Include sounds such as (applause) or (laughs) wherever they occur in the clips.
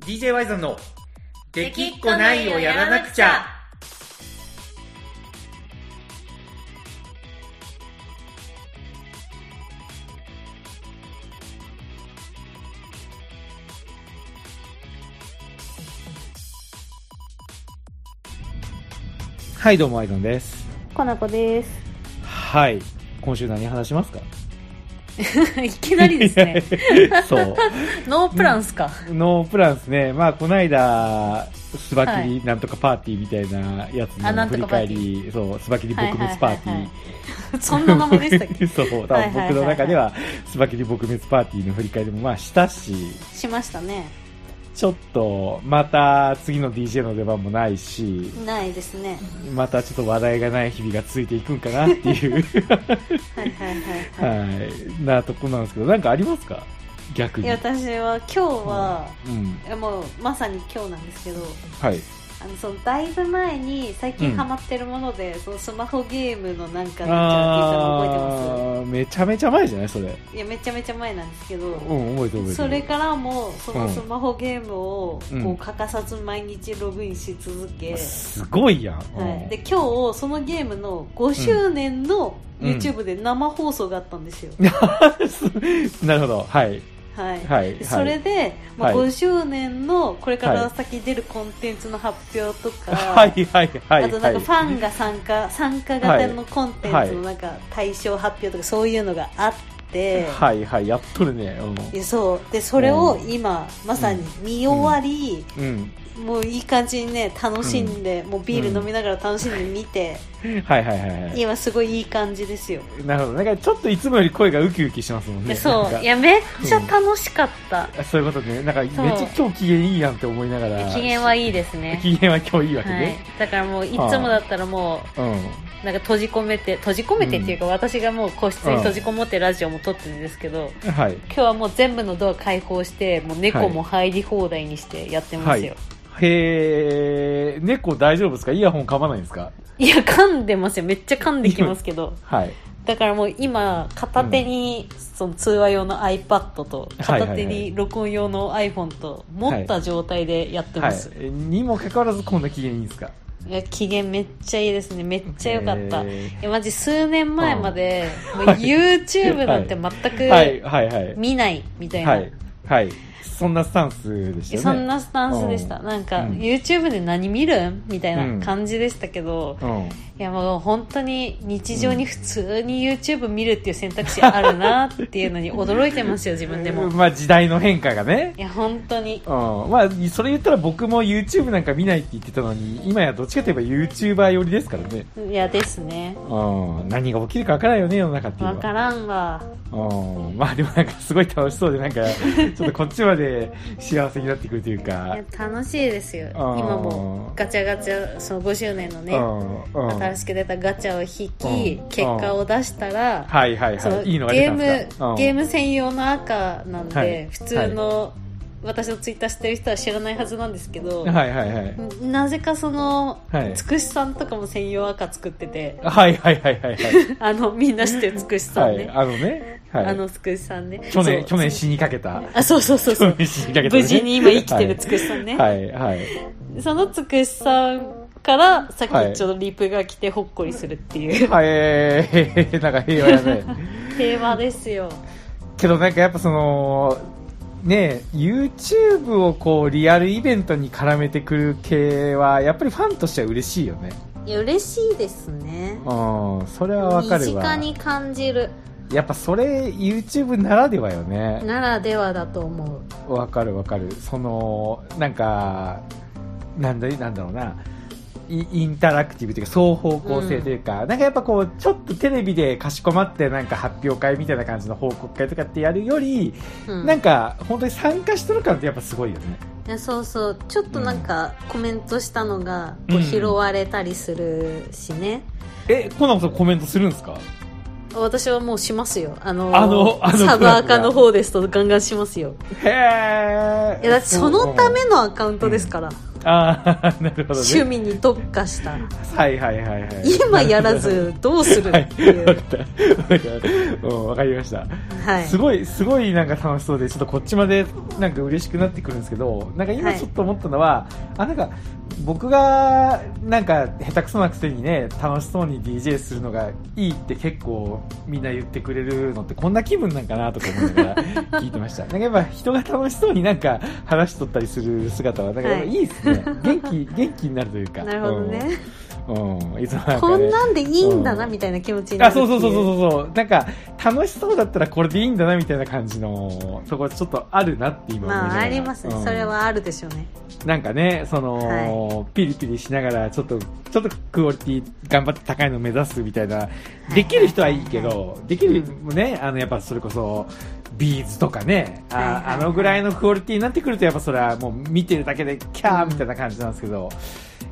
DJ ワイザンの「できっこないをやらなくちゃ」はいどうもワイザンですかなこですはい今週何話しますか (laughs) いきなりですね (laughs) そうノープランっすか、ノープランですね、まあ、この間、スバキリなんとかパーティーみたいなやつあのなん振とりかパー返ティーり、そう、スバキリ撲滅パーティー。そんな名前でしたっ (laughs) (laughs) けそう、多はい分はいはいはい僕の中では、スバキリ撲滅パーティーの振り返りもまあしたし、しましたねちょっと、また次の DJ の出番もないし、ないですねまたちょっと話題がない日々が続いていくんかなって (laughs) いう、はいはいはいははい、なとこなんですけど、なんかありますか逆いいにや。私は今日は、うん。いやもうまさに今日なんですけどはい。あのそのだいぶ前にう最近んハマってるもので、そのスマホゲームのなんかなんちゃらっていうの覚えてまあー、めちゃめちゃ前じゃないそれ。すいやめちゃめちゃ前なんですけど、うん、覚えてる覚えてる。それからもそのうんスマホゲームをこうんう欠かさず毎日ログインし続け、すごいやん。はい、でう今日そのゲームの5周年のうん YouTube で生放送があったんですよ、ん (laughs) なるほど。はい。はいはい。はいそれで、まはあ、い5周年のこれから先出るコンテンツの発表とか、はいはいはい。あとなんかフン。ァンが参加参加型のコンテンはいツのなんか対象発表とかそういうのがあって、はいはい。やっとるね。いやそうでそれを今まさに見終わり、うん。もういい感じにね楽しんで、もうビール飲みながら楽しんで見て、うん。はいはいはいはい。今すごいいい感じですよなるほど。なんかちょっといつもより声がウキウキしますもんいね。やそうなんいかやめっちゃ楽しかった、そういうことね。なんかめっちそうゃ今日機嫌いいやんって思いながら。機嫌はいいですね機嫌は今日いいわけはいね。、だからもういつもだったらもううなんか閉じ込めて閉じ込めてっていうか、私がもう個室に閉じこもってラジオも撮ってるんですけん。ど、はい。今日はもう全部のドア開放してもう猫も入り放題にしてやってますよ、へー、猫大丈夫ですかイヤホン噛まないんですかい、や噛んでますよめっちゃ噛んできますけ (laughs) どはい。だからもう今片手にその通話用の iPad とはいはいはい片手に録音用の iPhone と持った状態でやってはます、い。にもかかわらずこんな機嫌いいんですかいや機嫌めっちゃいいですねめっちゃ良かったへーいやマジ数年前まで、もうはい YouTube なんてはい全くはいはい。見ないみたいな、はい。はい。そんなスタンスでしたよね。そんなスタンスでした、うなんか、うん YouTube で何見るんみたいな感じでしたけど、うん。いやもう本当に日常に普通に YouTube 見るっていう選択肢あるなっていうのに驚いてますよ自分でも、まあ時代の変化がね。いや本当にうん。まあ、それ言ったら僕も YouTube なんか見ないって言ってたのに、今やどっちかといえば YouTuber 寄りですからね。いやですねうん。何が起きるかわからないよね、世の中っていうのわは。からんわうん。まあでもなんかすごい楽しそうで、なんか、ちょっとこっちまで幸せになってくるといういかや。楽しいですよあー今もガチャガチャその5周年のうね、ん。うん。はい新しく出たガチャを引き、うん結果を出したら、はいそはのい。いいのが出ゲたーんムですか、ゲーム、ム専用の赤なんで、はい普通の、私のツイッターしてる人は知らないはずなんですけど、うんはいはいはい。なぜかその、はいつくしさんとかも専用赤作ってて (laughs) はいはいはいはいはい。あのみんなしてるつくしさはんね、い、あのね、はい、あのつくしさんね去年、そ去う年死にかけた。あそうそうそうそ (laughs) 去う年死にかけたね、無事に今生きてるつくしさんね、はい、はい、は (laughs) い。そのつくしさんからさっはいきちょうどリプが来てほっこりするっていう、 (laughs) はい、えー、なんか平和やね。平和ですよけどなんかやっぱその、ねえ、YouTube をこうリアルイベントに絡めてくる系は、やっぱりファンとしては嬉しいよね。いや嬉しいですねうん、それはわか身るわ近。に感じるやっぱそれ YouTube ならではよね。ならではだと思うわかるわかるそのなんかなんだなんだろうなイインタラクティブというか双方向性というか、なんかやっぱこうちょっとテレビでかしこまってなんか発表会みたいな感じの報告会とかってやるより、うんなんか本当に参加してる感ってやっぱすごいよねいやそうそうちょっとなんかコメントしたのがうんこう拾われたりするしね、えコナンさんコメントするんですか私はもうしますよあのあのあのサブアカの方ですとガンガンしますよへえいやだってそのためのアカウントですから、ああ (laughs) なるほど趣ね味に特化したはいはいはいはい今やらずどうするはっていいわうかったわかったうんわかりましたはいすごいすごいなんか楽しそうでちょっとこっちまでなんか嬉しくなってくるんですけどなんか今はいちょっと思ったのは、あなんか僕がなんか下手くそなくせにね楽しそうに DJ するのがいいって結構みんな言ってくれるのってこんな気分なんかなとか思い (laughs) ながら聞いてましたなんかやっぱ人が楽しそうになんか話しとったりする姿はなんかやっぱいいです (laughs) ね、元気元気になるというかなるほどね、うん、うんいつもなんかねこんなんでいいんだなうんみたいな気持ちになあるってそいうそうそうそうそうなんか楽しそうだったらこれでいいんだなみたいな感じのとこちょっとあるなって今思いながらまあありますね、うんそれはあるでしょうねなんかねその、はピリピリしながらちょっとちょっとクオリティ頑張って高いの目指すみたいなできる人はいいけはどできるねあのやっぱそれこそビーズとかねあ,、はいはいはいあのぐらいのクオリティになってくるとやっぱそれはもう見てるだけでキャーみたいな感じなんですけど、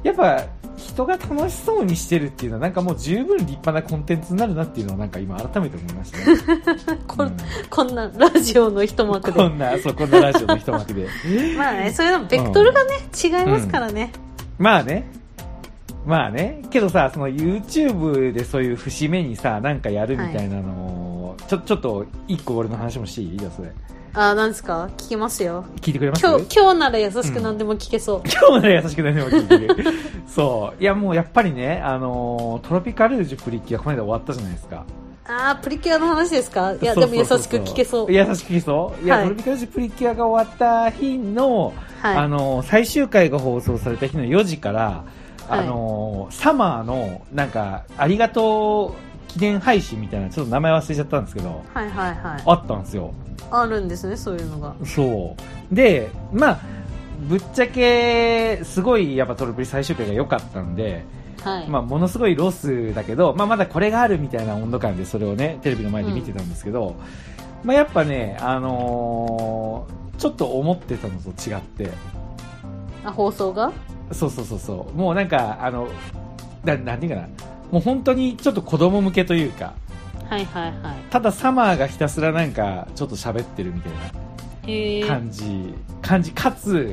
やっぱ人が楽しそうにしてるっていうのはなんかもう十分立派なコンテンツになるなっていうのをなんか今改めて思いま (laughs) したね、うこんこんなラジオの一幕こでんなそうこんなラジオの一幕で (laughs) まあねそういうのベクトルがね、違いますからね、まあねまあねけどさその YouTube でそういう節目にさなんかやるみたいなのを、ちょちょっと一個俺の話もしていいじゃあそれあなんですか聞きますよ聞いてくれます今日今日なら優しく何でも聞けそう、今日ね、優しくないでも聞いてる。 (laughs) そう。いや、もうやっぱりね、あのートロピカルージュプリキュア、この間終わったじゃないですか。ああプリキュアの話ですかいやそうでそもう優しそうく聞けそう優しく聞けそういや、はいトロピカルージュプリキュアが終わった日の、はいあのー最終回が放送された日の4時から、はいあのーサマーの、なんか、ありがとう記念配信みたいな、ちょっと名前忘れちゃったんですけど、はいはいはいあったんですよ。あるんですねそういうのがそう。で、まあ、ぶっちゃけ、すごい、やっぱトロプリ最終回が良かったんで、はい、まあ、ものすごいロスだけど、まあ、まだこれがあるみたいな温度感でそれをねテレビの前で見てたんですけど、まあ、やっぱね、あのーちょっと思ってたのと違ってあ、放送がそうそうそうそうもうなんかあのななんていうかなもう本当にちょっと子供向けというかはいはいはただサマーがひたすらなんかちょっと喋ってるみたいないへえ感じ、感じかつ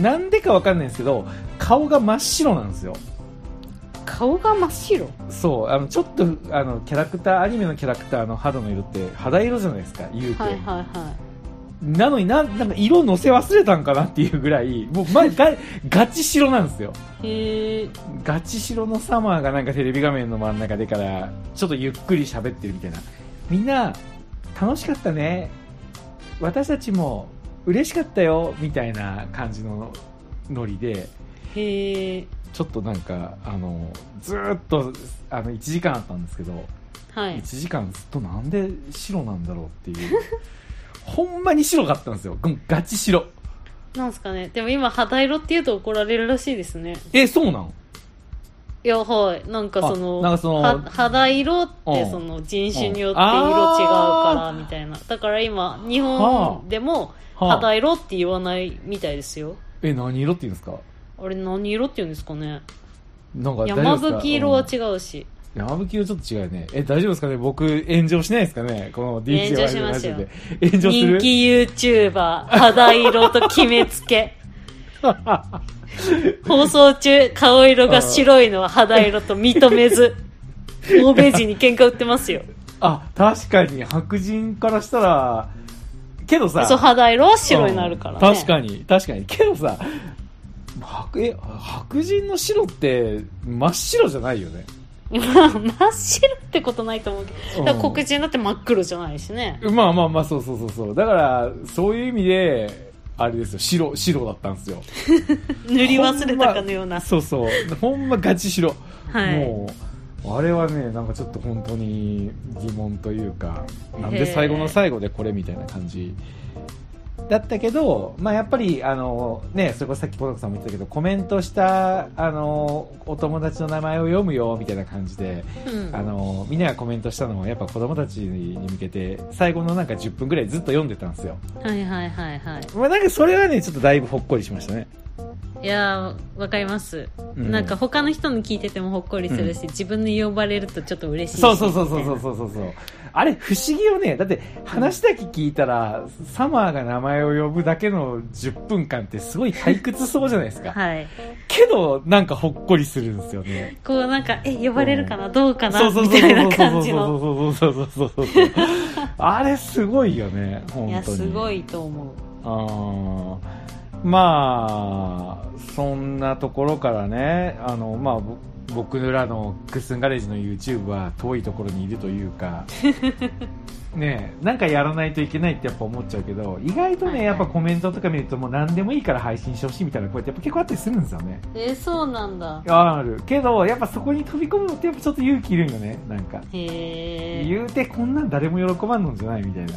なんでかわかんないんですけど顔が真っ白なんですよ顔が真っ白そうあのちょっとあのキャラクターアニメのキャラクターの肌の色って肌色じゃないですか言うて、はいはいはなのにななんか色のせ忘れたんかなっていうぐらいもう、ま、がガチ白なんですよいへえガチ白のサマーがなんかテレビ画面の真ん中でからちょっとゆっくり喋ってるみたいなみんな楽しかったね私たちも嬉しかったよみたいな感じのノリでへえちょっとなんかあのずーっとあの1時間あったんですけどはい1時間ずっとなんで白なんだろうっていう (laughs) ほんまに白かったんですようんガチ白なんすかねでも今肌色って言うと怒られるらしいですねえそうなんいやはいなんかそのあなんかそのは肌色っうてんその人種によってうん色違うからあみたいなだから今日はあ本でもはあ肌色って言わないみたいですよえ何色って言うんですかあれ何色って言うんですかねなんか大丈夫山ですか吹色はうん違うし山吹色ちょっと違うねえ大丈夫ですかね僕炎上しないですかねこの DJ 炎上しますラジよオで炎上する人気 YouTuber 肌色と決め (laughs) つけ放送中顔色が白いのは肌色と認めず欧米人に喧嘩売ってますよあ確かに白人からしたらけど (laughs) さそう肌色は白になるからね、うん確かに確かにけどさ白え白人の白って真っ白じゃないよね (laughs) まあ真っ白ってことないと思うけど、だからうん黒人だって真っ黒じゃないしねまあまあまあそうそうそうそうだからそういう意味であれですよ白白だったんですよ塗り忘れたかのような、そうそうほんまガチ白、はいもうあれはねなんかちょっと本当に疑問というかなんで最後の最後でこれみたいな感じだったけど、まあ、やっぱりあの、ね、それこそさっきポトクさんも言ってたけどコメントしたあのお友達の名前を読むよみたいな感じでうんあのみんながコメントしたのはやっぱ子供たちに向けて最後のなんか10分ぐらいずっと読んでたんですよ、はいはいはいはいまあ、なんかそれはねちょっとだいぶほっこりしましたねいやーわかります、うんなんか他の人の聞いててもほっこりするし、自分に呼ばれるとちょっと嬉しいしそうそうそうそうそうみそうそうそうあれ不思議よねだって話だけ聞いたらサマーが名前を呼ぶだけの10分間ってすごい退屈そうじゃないですたか、いなはいけどなんかほっこりするんですよねこうなんかえ呼ばれるかなどうかそなうそうみそうたいなそ感うじのそうそうそうそうそうそうそうあれすごいよね本当にいやすごいと思うあーまあそんなところからねあの、まあ、ぼ僕らのクッスンガレージの YouTube は遠いところにいるという (laughs) かねえなんかやらないといけないってやっぱ思っちゃうけど意外とね、はいはいやっぱコメントとか見るともう何でもいいから配信してほしいみたいな声ってやっぱ結構あったりするんですよねえーそうなんだあるけどやっぱそこに飛び込むのってやっぱちょっと勇気いるんよねなんか、へー言うてこんなん誰も喜ばんのんじゃないみたいな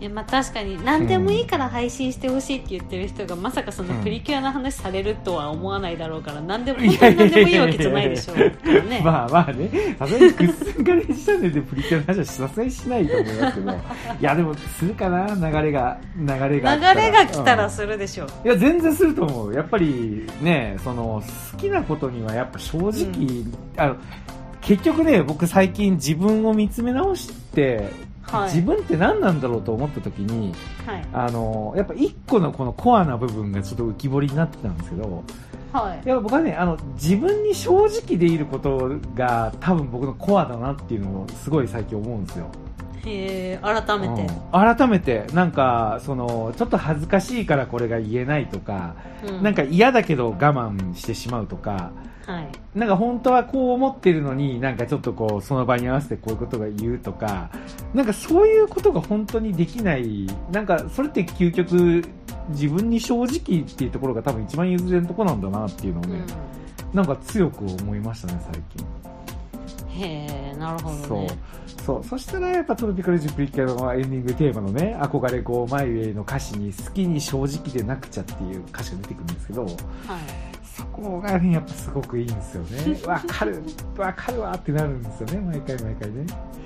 いやまあ確かに何でもいいから配信してほしいって言ってる人がまさかそのプリキュアの話されるとは思わないだろうから何でも本当に何でもいいわけじゃないでしょうから (laughs) ね、まあまあね、さすがにグッズガレージチャンネルでプリキュアの話はさすがにしないと思いますけど、いやでもするかな、流れが、流れがあったら。流れが来たうらんするでしょう、いや全然すると思う、やっぱりね、その好きなことにはやっぱ正直、あの結局ね、僕、最近自分を見つめ直して、はい自分って何なんだろうと思った時にはいあのやっぱ一個のこのコアな部分がちょっと浮き彫りになってたんですけど、はいいや僕はねあの自分に正直でいることが多分僕のコアだなっていうのをすごい最近思うんですよえー、改めて、うん改めてなんかそのちょっと恥ずかしいからこれが言えないとか、うなんか嫌だけど我慢してしまうとかはい、なんか本当はこう思ってるのになんかちょっとこうその場に合わせてこういうことが言うとかなんかそういうことが本当にできないなんかそれって究極自分に正直っていうところが多分一番譲れるところなんだなっていうのをうね、ん、なんか強く思いましたね、最近。へえなるほどそねう。そう。そしたら、やっぱトロピカルジュプリキュアのエンディングテーマのね、憧れ5前への歌詞に好きに正直でなくちゃっていう歌詞が出てくるんですけど、はいそこがね、やっぱすごくいいんですよ (laughs) ね。わかる、わかるわってなるんですよね、毎回毎回ね。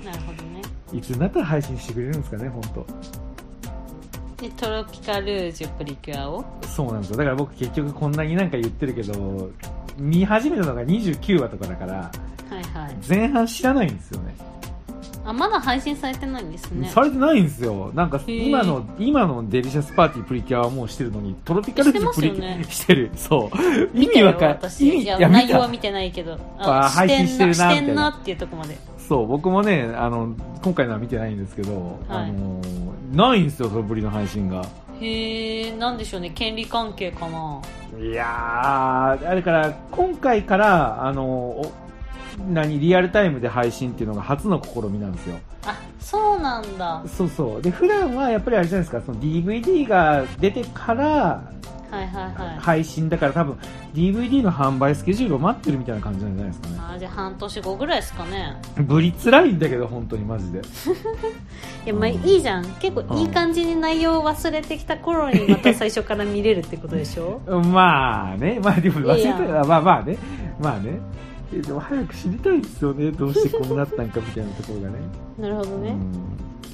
なるほどねいつになったら配信してくれるんですかね、本でトロピカルージュプリキュアを当そうなんですよ。だから僕結局こんなになんか言ってるけど、見始めたのが29話とかだから、はいはい前半知らないんですよね。あまだ配信されてないんですねされてないんですよなんかー今の今のデリシャスパーティープリキュアはもうしてるのにトロピカルジュプリキュア (laughs) してますよねしてるそう意見て味るわかん私い意味やいや内容は見見てないけどあー配信してるなしてみたんいななっていうとこまでたそう僕もねあの今回のは見てないんですけど、あのーないんですよそのブリの配信がへえんでしょうね権利関係かないやーあれから今回からあのお何リアルタイムで配信っていうのが初の試みなんですよあそうなんだはそうそうで普段はやっぱりあれじゃないですかその DVD が出てからいはいはい、配信だから多分 DVD の販売スケジュールを待ってるみたいな感じなんじゃないですかねあーじゃあ半年後ぐらいですかねぶりつらいんだけど本当にマジでいやまあうんいいじゃん結構いい感じに内容を忘れてきた頃にまた最初から見れるってことでしょまあねまあでも忘れいいたやらまあまあねまあねえでも早く知りたいですよねどうしてこうなったんかみたいなところがね (laughs) なるほど (laughs) ね、うん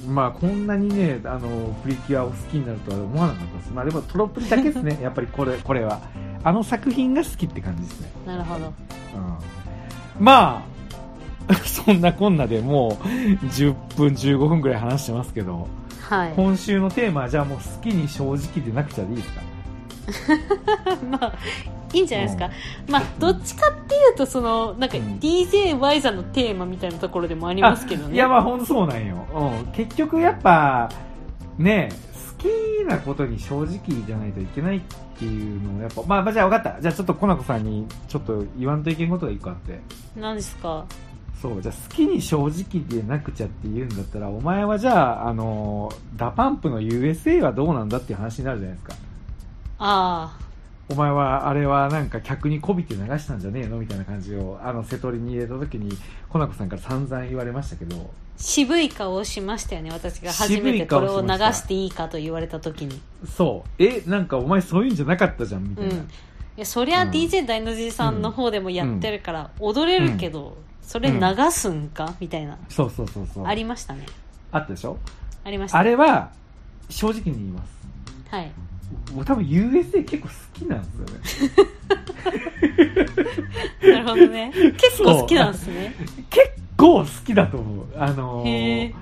まあこんなにねあのプリキュアを好きになるとは思わなかったですまあでもトロップリだけです (laughs) ねやっぱりこれこれはあの作品が好きって感じですねなるほどうんまあ (laughs) そんなこんなでもう10分15分ぐらい話してますけどはい今週のテーマはじゃあもう好きに正直でなくちゃでいいですか (laughs) まあいいんじゃないですか、まあどっちかっていうとそのなんかうん DJY さんのテーマみたいなところでもありますけどねいやまあほんとそうなんよ、うん、結局やっぱね好きなことに正直じゃないといけないっていうのをやっぱまあまあじゃあ分かったじゃあちょっとコナコさんにちょっと言わんといけんことが一個あって何ですかそうじゃあ好きに正直でなくちゃって言うんだったらお前はじゃああのダパンプの USA はどうなんだっていう話になるじゃないですかあお前はあれはなんか客にこびて流したんじゃねえのみたいな感じをあの瀬戸りに入れた時にコナコさんから散々言われましたけどあ渋い顔をしましたよね私が初め渋ていこ顔れしを流ましたしていいかと言われた時にそうえなんかお前そういうんじゃなかったじゃんみたいな、うんいやそりゃうん DJ 大の字さんの方でもやってるから踊れるけど、それ流すんか、みたいなそうそうそうそうありましたねあったでしょありましたあれは正直に言いますはいもう多分 USA 結構好きなんですよねなるほど (laughs) ね (laughs) 結構好きなんですね結構好きだと思うあのへえ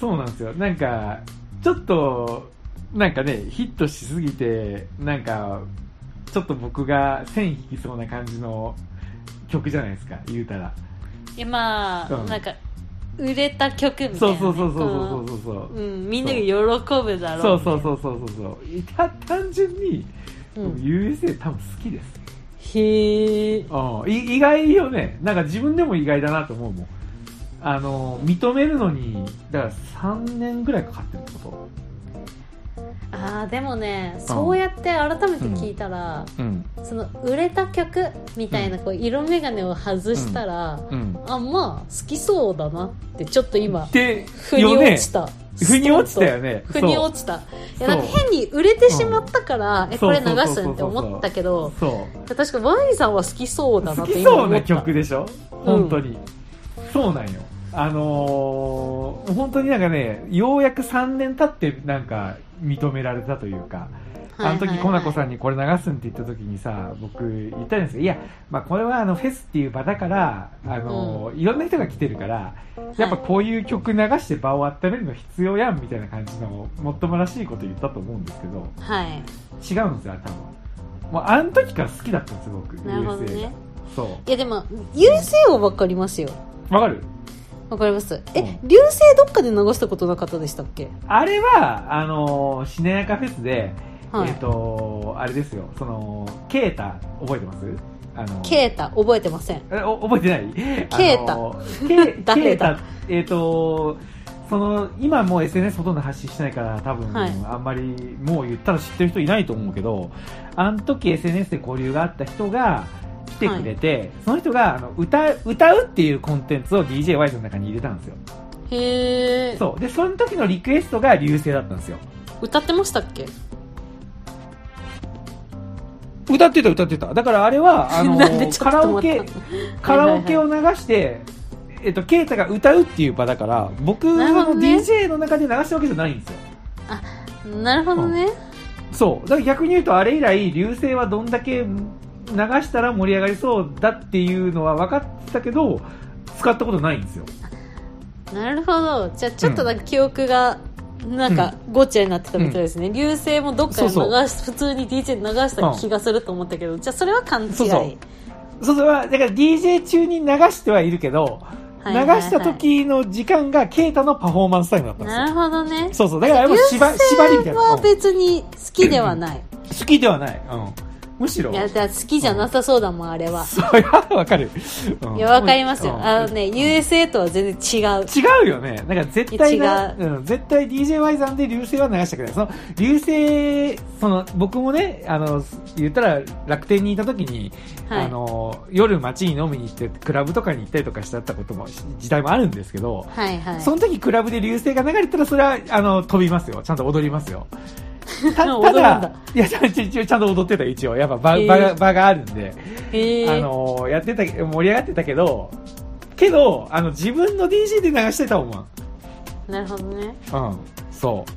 そうなんですよなんかちょっとなんかねヒットしすぎてなんかちょっと僕が線引きそうな感じの曲じゃないですか言うたら、いやまあ、うんなんか売れた曲みたいなね、そうそうそうそうそうそうそううん、うんみんなが喜ぶだそろううそうそうそうそうそうた単純に、う、ん、 USA 多分好きですへえうんい意外よねなんか自分でも意外だなと思うもんあの認めるのにだから3年ぐらいかかってるってこあーでもねそうやって改めて聞いたら、とうんその売れた曲みたいなこう色眼鏡を外したら、うんあまあ好きそうだなってちょっと今で腑に落ちた、腑に落ちたよね腑にそう落ちたいそうやなんか変に売れてしまったから、えそこうれ流すんって思ったけどそう確かワインさんは好きそうだな好ってき今思そっうたな曲でしょ本当に、そうなんよあのー本当になんかねようやく3年経ってなんか認められたというか、あの時、コナコさんににこれ流すんって言った時にさ、僕言ったんですよ。いや、まあこれはあのフェスっていう場だから、あの、いろんな人が来てるから、やっぱこういう曲流して場を温めるの必要やんみたいな感じの、もっともらしいこと言ったと思うんですけど、はい違うんですよ、多分。もうあの時から好きだったんですよ、僕。なるほど USA がねそいやでも流星をわかりますよう。わかるわかりますえ、うん流星どっかで流したことなかったでしたっけあれは、あのー、しなやかフェスで、はい、えっ、とあれですよ、その、ケータ、覚えてますあのケータ覚えてませんえお覚 (laughs) えてないケータあの (laughs) ケ誰ケーだタえっ、とその今もう SNS ほとんど発信してないから多分、はいあんまりもう言ったら知ってる人いないと思うけどあの時 SNS で交流があった人が来てくれて、その人があの歌歌うっていうコンテンツを d j y ズの中に入れたんですよへえそうでその時のリクエストが流星だったんですよ歌ってましたっけ歌ってた歌ってただからあれ (laughs) はあのなんでちょカっラとオ待っケたカラオケを流して、えっと、ケイタが歌うっていう場だから、僕なるほのどね DJ の中で流したわけじゃないんですよ。なるほどね、そう。だから逆に言うと、あれ以来、流星はどんだけ流したら盛り上がりそうだっていうのは分かってたけど、使ったことないんですよ。なるほどじゃあちょっとなんか記憶がなんかごっちゃになってたみたいですね、流星もどっかで流しそうそ普通に DJ で流した気がすると思ったけど、じゃあそれは勘違いそうそうそうそう、だから DJ 中に流してはいるけど、はいはいはい流した時の時間がケイタのパフォーマンスタイムだったんですなよ。るほどねそうそう、だからあれも流縛星縛りみたいな。うはん別に好きではない、好きではない。うん。むしろ。いやだから好きじゃなさそうだもんあれは、そう、いやわかる。うんいやわかりますよ、うんあのね USA とは全然違う違うよね。なんか絶対な、違うん、絶対 DJY さんで流星は流したくない。その、流星、その、僕もね、あの、言ったら楽天にいた時に、はいあの、夜街に飲みに行って、クラブとかに行ったりとかしたったことも、時代もあるんですけど、はいはいその時クラブで流星が流れたら、それは、あの、飛びますよ。ちゃんと踊ります (laughs) よ。た踊るたんだだ、いや、ちゃんちちゃんと踊ってた、一応。やっぱ場、へー場が、場があるんで。へえあのやってた、盛り上がってたけど、けど、あの、自分の DJ で流してたもん。なるほどねうん。そう。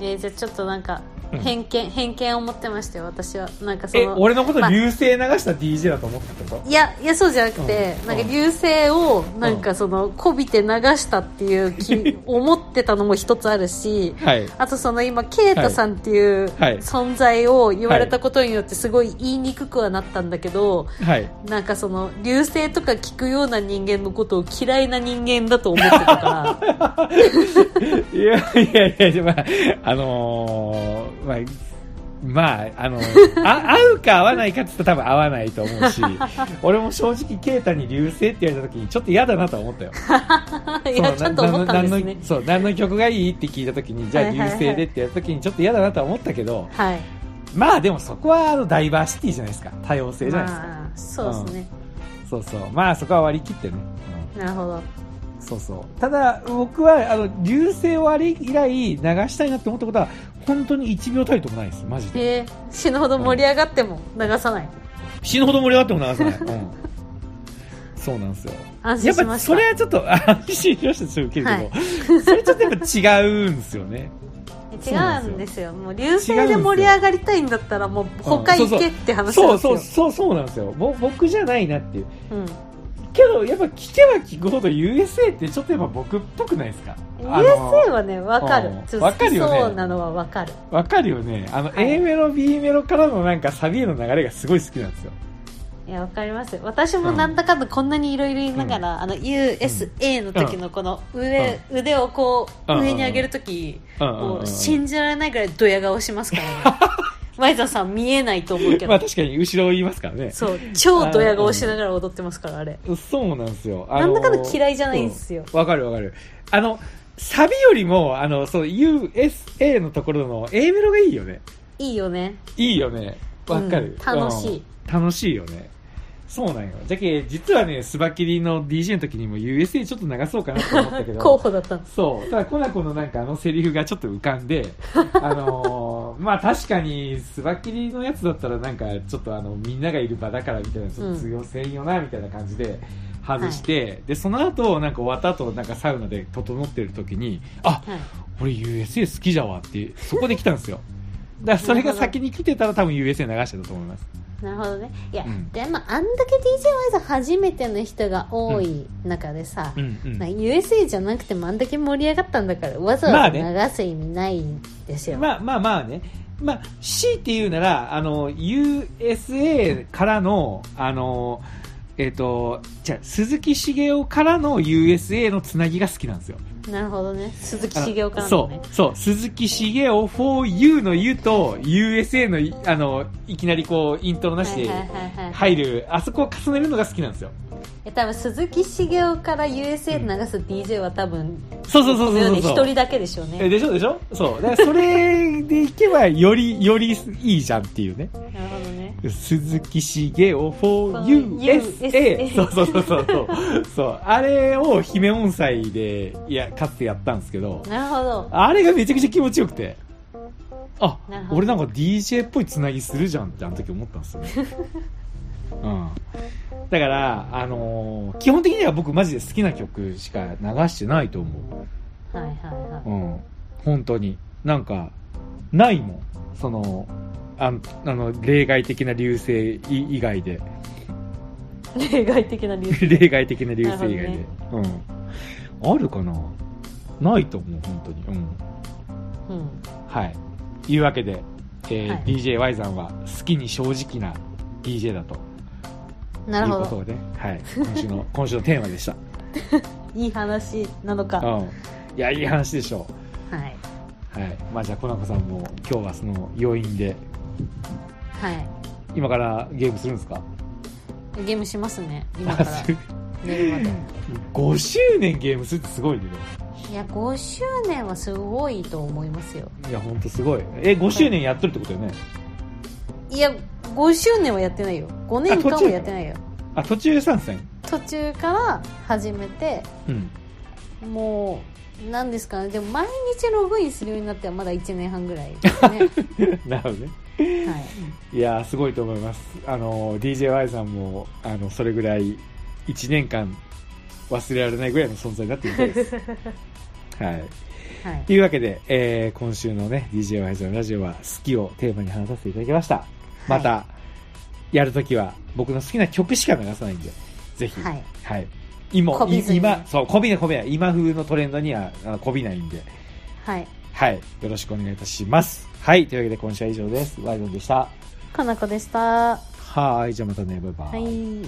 えー、じゃあちょっとなんかうん偏見、偏見を持ってましたよ私はなんかそえ、の俺のことまあ流星流した DJ だと思ってたといやいやそうじゃなくて、うんなんか流星をなんかそのこびて流したってい (laughs) う気思ってたのも一つあるしはい。あとその今ケイタさんっていうはい存在を言われたことによってすごい言いにくくはなったんだけどはい。なんかその流星とか聞くような人間のことを嫌いな人間だと思ってたからいやいやいや、まあ、あのーまあ、まあ、あのあ、合うか合わないかって言ったら多分合わないと思う (laughs) し、俺も正直、ケイタに流星って言われた時にちょっと嫌だなとは思ったよ。 (laughs) いやそうちゃんと思ったんです何ねのそう、何の曲がいいって聞いた時に、じゃあはい流はいはい星でってやった時にちょっと嫌だなとは思ったけど、はいまあでもそこはあのダイバーシティじゃないですか多様性じゃないですか、まあそうですね、そうそうまあそこは割り切ってね、なるほどうん、そうそうただ僕はあの流星をあれ以来流したいなって思ったことは本当に1秒たりともないですマジでえー、死ぬほど盛り上がっても流さない死ぬほど盛り上がっても流さ (laughs) ない、うん、そうなんですよ安やっ心しまぱしたそれ (laughs) はちょっと安心しましたちょっと受けるけど、それちょっとやっぱ違うんですよねえ違うんですよもう流星で盛り上がりたいんだったらもう他行けって話なんそうですそようそうそうなんですよぼ僕じゃないなっていううんけどやっぱ聞けば聞くほど USA ってちょっとやっぱ僕っぽくないですかあの USA はね分かるうんちょっと好きわかるよそねうなのは分かるわかるよねあの、はい A メロ B メロからのなんかサビへの流れがすごい好きなんですよいや分かります私もなんだかんだこんなにいろいろ言いながら、あの USA の時のこの上、腕をこううん上に上げる時、うんうんうんもう信じられないぐらいドヤ顔します (laughs) からねワイザーさん見えないと思うけど、まあ確かに後ろを言いますからねそう超ドヤ顔しながら踊ってますからあれそうなんですよあなのんだかんだ嫌いじゃないんですよ、わかるわかるあのサビよりもあのそう USA のところの A メロがいいよねいいよねいいよねわかる、うん楽しいうん楽しいよねそうなんよじゃけ実はねスバキリの DJ の時にも USA ちょっと流そうかなと思った (laughs) けど候補だったんですそうただコナコのなんかあのセリフがちょっと浮かん (laughs) であのーまあ確かにスバキリのやつだったらなんかちょっとあのみんながいる場だからみたいなちょっと通用せんよなみたいな感じで外して、でその後なんか終わった後なんかサウナで整ってる時にあはい俺 USA 好きじゃわってそこで来たんですよだからそれが先に来てたら多分 USA 流してたと思いますなるほどねいや、うんでもあんだけ d j ワイズ初めての人が多い中でさ、うんうんなんか USA じゃなくてもあんだけ盛り上がったんだからわざまあわねざ流す意味ないんですよ、まあまあまあね、まあ、強いて言うならあの USA からのあの、えっとじゃあ鈴木茂雄からの USA のつなぎが好きなんですよ。なるほどね鈴木あの茂雄からのそねうそう鈴木茂雄 4U の U と USA のいあのいきなりこうイントロなしではいはいはいはい入るあそこを重ねるのが好きなんですよ。え多分鈴木茂雄から USA 流す DJ は多分そうそうそうこその世うにそう一人だけでしょうえねでしょでしょそうだからそれでいけばよりよりいいじゃんっていうね。なるほどね鈴木茂雄 USA forUSA そうそうそうそうそうそうあれを姫音祭でいやかつてやったんですけどなるほどあれがめちゃくちゃ気持ちよくてあなるほど俺なんか DJ っぽいつなぎするじゃんってあの時思ったんですよね、 (laughs) うん、だから、あのー基本的には僕マジで好きな曲しか流してないと思はいはい (laughs) はう、うん、本当になんかないもんそのあんあの例外的な流星以以外で (laughs) い例外的な理由例外的な流星以外で、なるうん、あるかなないと思う本当にうんうんはいいうわけで、えはい d j y さんは好きに正直な DJ だとなるいうほことどをね、 (laughs) はい、今週の今週のテーマでした、いい話なのかうはん、いやいい話でしょ、いうはいまあ、じゃあコナコさんも今日はその要因ではい今からゲームするんですかゲームしますね今から (laughs) 寝るまで5周年ゲームするってすごいねでもいや5周年はすごいと思いますよいや本当すごいえ5周年やっとるってことよね、いや5周年はやってないよ5年間あ途は中やってないよあ途中参戦途中から始めてうんもう何ですかねでも毎日ログインするようになってはまだ1年半ぐらいで (laughs) すなるほどねね、はい、いやーすごいと思いますあの DJY さんもあのそれぐらい1年間忘れられないぐらいの存在になってみたいです (laughs) はいはいと、いうわけで、えー今週のね DJY さんのラジオは「好き」をテーマに話させていただきましたまた、やるときは僕の好きな曲しか流さないんでぜひはいはい今こびずに今そうこびないこびない今風のトレンドにはあこびないんではい、はいよろしくお願いいたしますはいというわけで今週は以上ですワイドンでしたかなこでしたははいじゃあまたねバイバイ、い